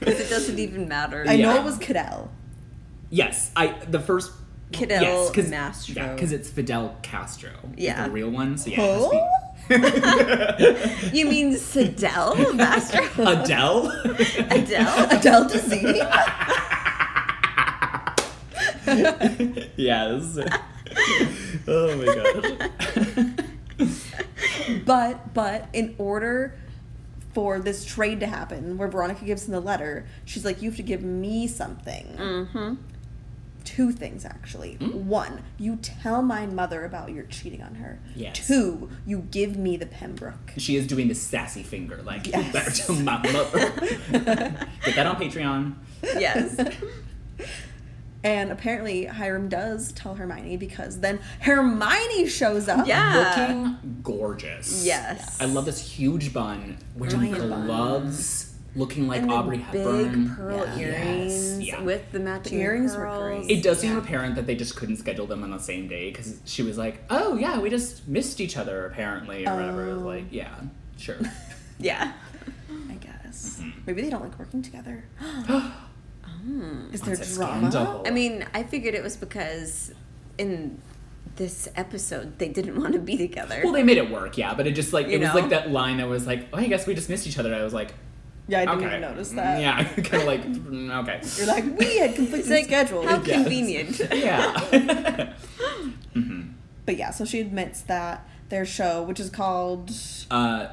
Because it doesn't even matter. I know Yeah. it was Cadell. Yes, I the first Fidel yes, 'cause- Mastro. Yeah, because it's Fidel Castro. is Yeah. the real one. So yeah, Who? it must be- You mean Sidel Mastro? Adele. Adele? Adele Dazeem? yes. oh my gosh. But but in order for this trade to happen, where Veronica gives him the letter, she's like, "You have to give me something." Mm-hmm. Two things actually. Hmm? One, you tell my mother about your cheating on her. Yes. Two, you give me the Pembroke. She is doing the sassy finger, like you Yes. better tell my mother. Get that on Patreon. Yes. And apparently Hiram does tell Hermione because then Hermione shows up. Yeah. Looking gorgeous. Yes. I love this huge bun, wearing Giant bun. gloves, looking like And the Aubrey big Hepburn. pearl Yeah. earrings. Yes, Yeah. with the matching The earrings were pearls. great. It does seem Yeah. apparent that they just couldn't schedule them on the same day because she was like, "Oh yeah, we just missed each other apparently or whatever." It was Oh. Like, yeah, sure. Yeah. I guess. Mm-hmm. Maybe they don't like working together. Is there That's a drama? scandal. I mean, I figured it was because in this episode they didn't want to be together. well, they made it work, yeah, but it just like You it was know? like that line that was like, "Oh, I guess we just missed each other." I was like, Yeah, I didn't okay, even notice Mm, that. Yeah, kind of like mm, okay, You're like, we had it's conflicting like schedules. How I guess. convenient. yeah. hmm But yeah, so she admits that their show, which is called Uh,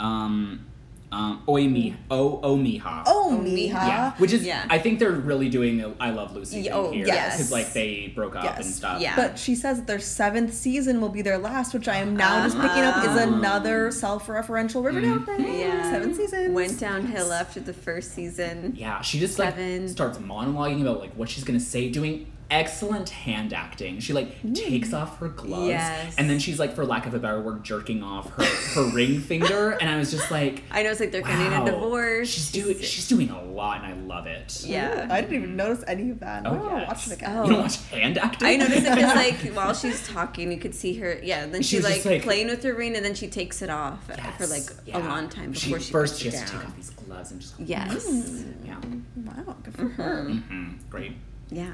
um, um, Oi Mi, O O Miha. Oh Miha. Miha. Yeah, which is Yeah. I think they're really doing a I Love Lucy thing Yeah, oh, here yes. because like they broke up Yes, and stuff. yeah. But she says that their seventh season will be their last, which I am now just picking up is Uh-huh. another self-referential Riverdale thing. Ah. Mm-hmm. Yeah. Seven seasons. Went downhill after the first season. Yeah, she just like Seven. starts monologuing about like what she's gonna say, doing excellent hand acting. She like takes off her gloves Mm. Yes. and then she's like, for lack of a better word, jerking off her, her ring finger. And I was just like, I know it's like they're wow, getting a divorce. She's doing she's doing a lot, and I love it. yeah. I didn't even notice any of that. Oh, I'm gonna yes. watch it again. Oh. You don't watch hand acting. I noticed it because like while she's talking, you could see her. Yeah, and then She she's was like, just, like- playing with her ring, and then she takes it off Yes, for like yeah. a long time before she, first puts she it has to down. take off these gloves and just Yes. yeah, Wow, good for Mm-hmm. her. Mhm. great. Yeah.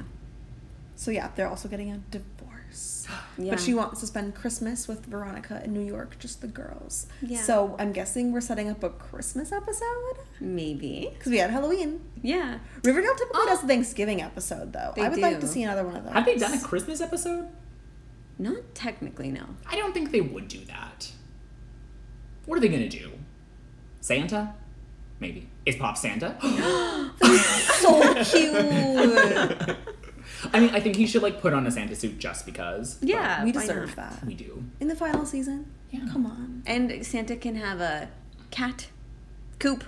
So yeah, they're also getting a divorce. Yeah. But she wants to spend Christmas with Veronica in New York, just the girls. Yeah. So I'm guessing we're setting up a Christmas episode Maybe. because we had Halloween. Yeah. Riverdale typically Oh. does a Thanksgiving episode, though. They I would like do. to see another one of those. Have they done a Christmas episode? Not technically, no. I don't think they would do that. What are they gonna do? Santa? Maybe. Is Pop Santa? so cute. I mean, I think he should like put on a Santa suit just because. but Yeah. we why deserve not? that. we do. In the final season? Yeah. Come on. And Santa can have a cat coop.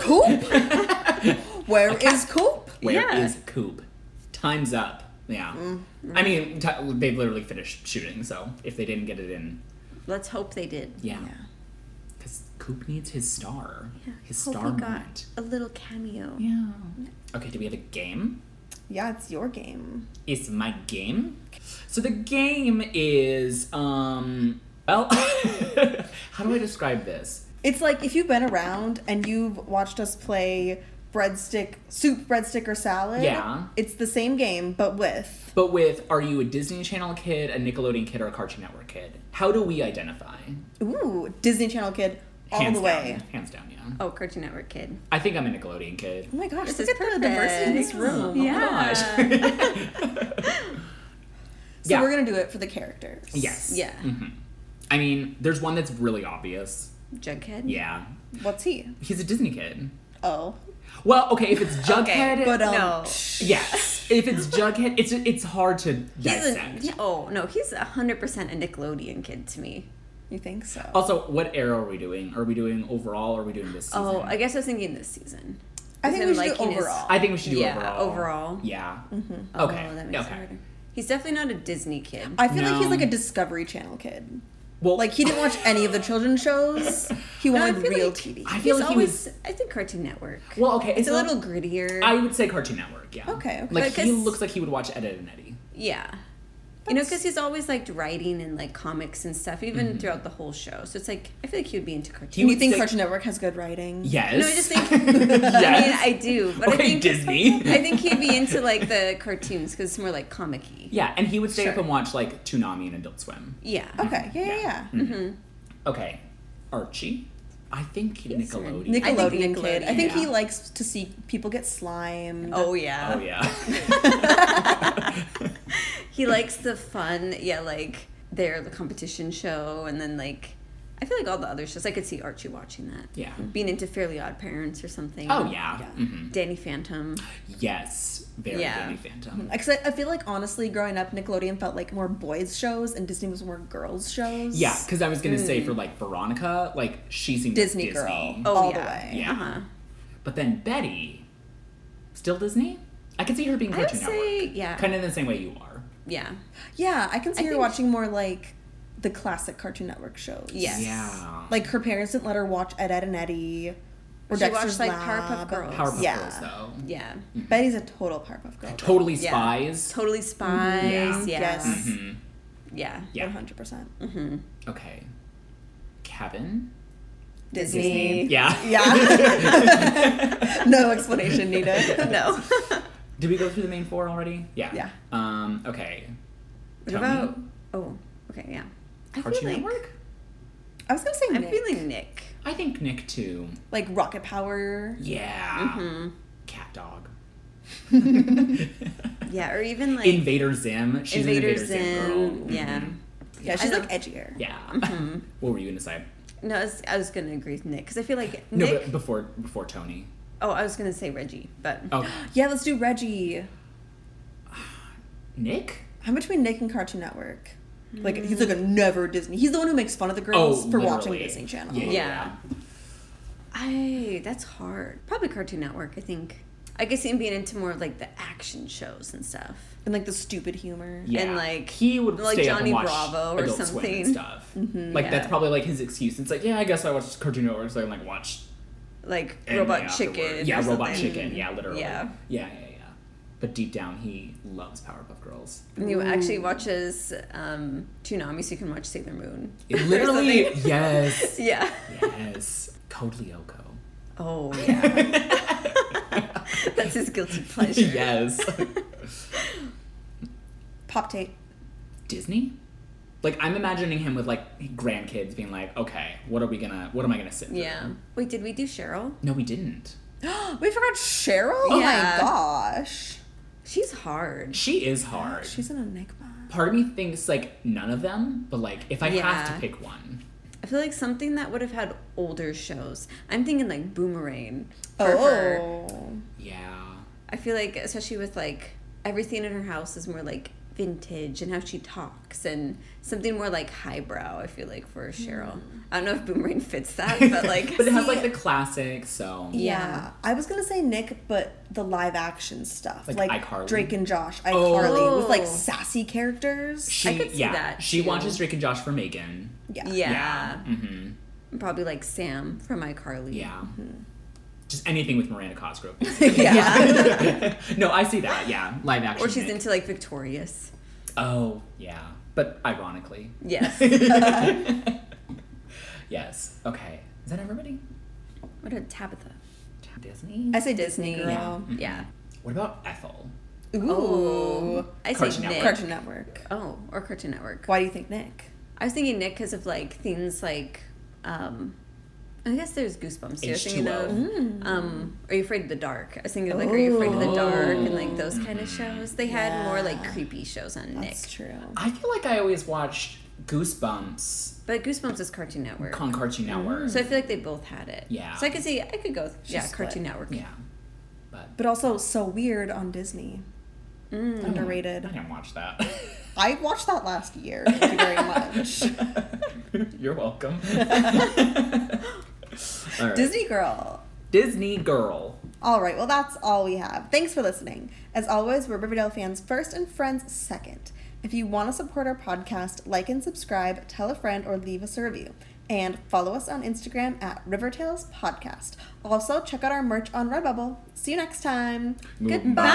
Coop? Where is Coop? Where is Yeah. Coop? Time's up. Yeah. I mean, t- they've literally finished shooting, so if they didn't get it in, Let's hope they did. yeah. Because Coop needs his star. His hope star we got moment. a little cameo. Yeah. Okay, do we have a game? Yeah, it's your game. It's my game. So the game is um well how do I describe this? It's like if you've been around and you've watched us play breadstick, soup, breadstick, or salad. Yeah. It's the same game, but with. But with are you a Disney Channel kid, a Nickelodeon kid, or a Cartoon Network kid? How do we identify? Ooh, Disney Channel kid all Hands the way. Down. Hands down, yeah. Oh, Cartoon Network kid. I think I'm a Nickelodeon kid. Oh my gosh, This look is at the diversity in this perfect. room. Oh my Yeah. gosh. So Yeah. we're going to do it for the characters. yes. Yeah. Mhm. I mean, there's one that's really obvious. Jughead. Yeah. What's he? He's a Disney kid. Oh. Well, okay, if it's Jughead, But um, No. Yes. If it's Jughead, it's it's hard to He's dissect. a, oh no, he's hundred percent a Nickelodeon kid to me. you think so? Also, what era are we doing? Are we doing overall? Or are we doing this season? Oh, I guess I was thinking this season. I With think him we should do liking his- overall. I think we should do Yeah, overall. overall. Yeah. Oh, Okay. that makes okay. it harder. He's definitely not a Disney kid. I feel like he's No. like a Discovery Channel kid. Well, Like he didn't watch any of the children's shows. He No, I wanted feel real like- TV. I he's feel like he always. was. I think Cartoon Network. Well, okay, it's a not- little grittier. I would say Cartoon Network. Yeah. Okay, okay. Like he Because- looks like he would watch Ed, Ed and Eddie. Yeah. You know, That's- because he's always liked writing and like comics and stuff, even throughout the whole show. So it's like I feel like he would be into cartoons. He and you Mm-hmm. would think say- Cartoon Network has good writing? Yes. No, I just think. yes. I mean, I do, but okay, I think Disney. I think he'd be into like the cartoons because it's more like comic-y. Yeah, and he would stay up Sure. and watch like Toonami and Adult Swim. Yeah. Mm-hmm. Okay. Yeah, yeah, Mm-hmm. Yeah. Mm-hmm. yeah. Okay, Archie. I think Nickelodeon. I think Nickelodeon, kid. I think he yeah. likes to see people get slimed. Oh yeah. oh yeah. He likes the fun. Yeah, like their competition show, and then like I feel like all the other shows. I could see Archie watching that. yeah. Being into Fairly Odd Parents or something. Oh yeah. Yeah. Mhm. Danny Phantom. Yes, very Yeah. Danny Phantom. Because I, I feel like honestly, growing up, Nickelodeon felt like more boys shows and Disney was more girls shows. Yeah, because I was gonna say Mm. for like Veronica, like she seemed Disney, Disney. girl Oh, all the yeah. way. Yeah. Uh-huh. But then Betty, still Disney. I could see her being I would Cartoon say Network, yeah. kind of the same way you are. Yeah. Yeah, I can see I her think- watching more like the classic Cartoon Network shows. Yes. Yeah. Like her parents didn't let her watch Ed, Ed and Eddie. Or She Dexter's watched like Lab. Powerpuff Girls. Powerpuff Yeah. Girls, though. Yeah. Betty's a total Powerpuff Girl. Totally Yeah. spies. Totally spies. Yeah. Yeah. Yes. Mhm. Yeah. Mm-hmm. Yeah. One hundred percent. Okay. Kevin. Disney. Yeah. Yeah. no explanation needed. no. Did we go through the main four already? Yeah. Yeah. Um. Okay. what Tony? about? Oh. Okay. Yeah. I Cartoon feel like Network. I was gonna say I'm Nick. feeling Nick. I think Nick too. like Rocket Power. Yeah. Hmm. Cat dog. Yeah. Or even like Invader Zim. She's an Invader Invader Zim. Zim, girl. Mm-hmm. yeah. Mm-hmm. Mhm. Yeah, she's I like edgier. Yeah. what were you gonna say? No, I was, I was gonna agree with Nick because I feel like No, Nick. but before before Tony. oh, I was gonna say Reggie, but Oh, Yeah, let's do Reggie. Nick. I'm between Nick and Cartoon Network. Like he's like a Mm. never Disney. He's the one who makes fun of the girls for watching Oh, literally. Disney Channel. Yeah. Oh, Yeah. I that's hard. Probably Cartoon Network. I think. I guess him being into more of like the action shows and stuff. And like the stupid humor. Yeah. And, like- he would like stay up Johnny and watch Bravo or Adult Swim something. Mm-hmm, and stuff. like yeah. that's probably like his excuse. It's like yeah, I guess I watched Cartoon Network, so I like watch Like anime Robot afterward. Chicken. Yeah, or Robot something. Chicken. Yeah, literally. Yeah. yeah, yeah, yeah. But deep down, he loves Powerpuff Girls. And he actually watches um, Toonami, so you can watch Sailor Moon. It literally, yes, Yeah. yes. Code Lyoko. Oh yeah. that's his guilty pleasure. yes. Pop tape. Disney? Like I'm imagining him with like grandkids being like, okay, what are we gonna, what am I gonna sit? through?" Yeah. Wait, did we do Cheryl? No, we didn't. we forgot Cheryl? Oh my Yeah. gosh. She's hard. She is hard. She's an enigma. Part of me thinks like none of them, but like if I have to Yeah. pick one, I feel like something that would have had older shows. I'm thinking like Boomerang for her. Oh. yeah, I feel like especially with like everything in her house is more like vintage and how she talks and something more like highbrow. I feel like for Cheryl. I don't know if Boomerang fits that, but like Mm. but it has like the classic, so Yeah. Yeah. I was gonna say Nick, but the live action stuff. Like Like, iCarly? Drake and Josh, iCarly with Oh. like sassy characters. she, could see yeah, that, she too. watches Drake and Josh for Megan. Yeah. yeah. hmm probably like Sam from iCarly. Yeah. Mm-hmm. Just anything with Miranda Cosgrove. yeah. no, I see that. Yeah, live action. or she's Nick. into like Victorious. Oh yeah, but ironically. Yes. yes. Okay. Is that everybody? what a Tabitha. Disney. I say Disney, Disney. girl. Mm-hmm. Yeah. What about Ethel? Ooh. Oh, I say Cartoon Network. Nick. Cartoon Network. Oh, or Cartoon Network. Why do you think Nick? I was thinking Nick because of like things like, um, I guess there's Goosebumps. too. I was thinking of, H2O. um, Are You Afraid of the Dark? I was thinking of like Are You Afraid of the Dark and like those kind of shows. They had more like Oh. Yeah. creepy shows on Nick, That's true. I feel like I always watched Goosebumps but Goosebumps is Cartoon Network, on Cartoon Network. Mm-hmm. so I feel like they both had it. Yeah. So I could see I could go with, yeah split. Cartoon Network. yeah, but But also so weird on Disney. Mm, I Underrated. didn't watch that. I watched that last year. Thank you very much. You're welcome. All right. Disney Girl. Disney Girl. All right, well, that's all we have. Thanks for listening. As always, we're Riverdale fans first and friends second. If you want to support our podcast, like and subscribe, tell a friend, or leave us a review. And follow us on Instagram at Rivertales Podcast. Also, check out our merch on Redbubble. See you next time. Bye.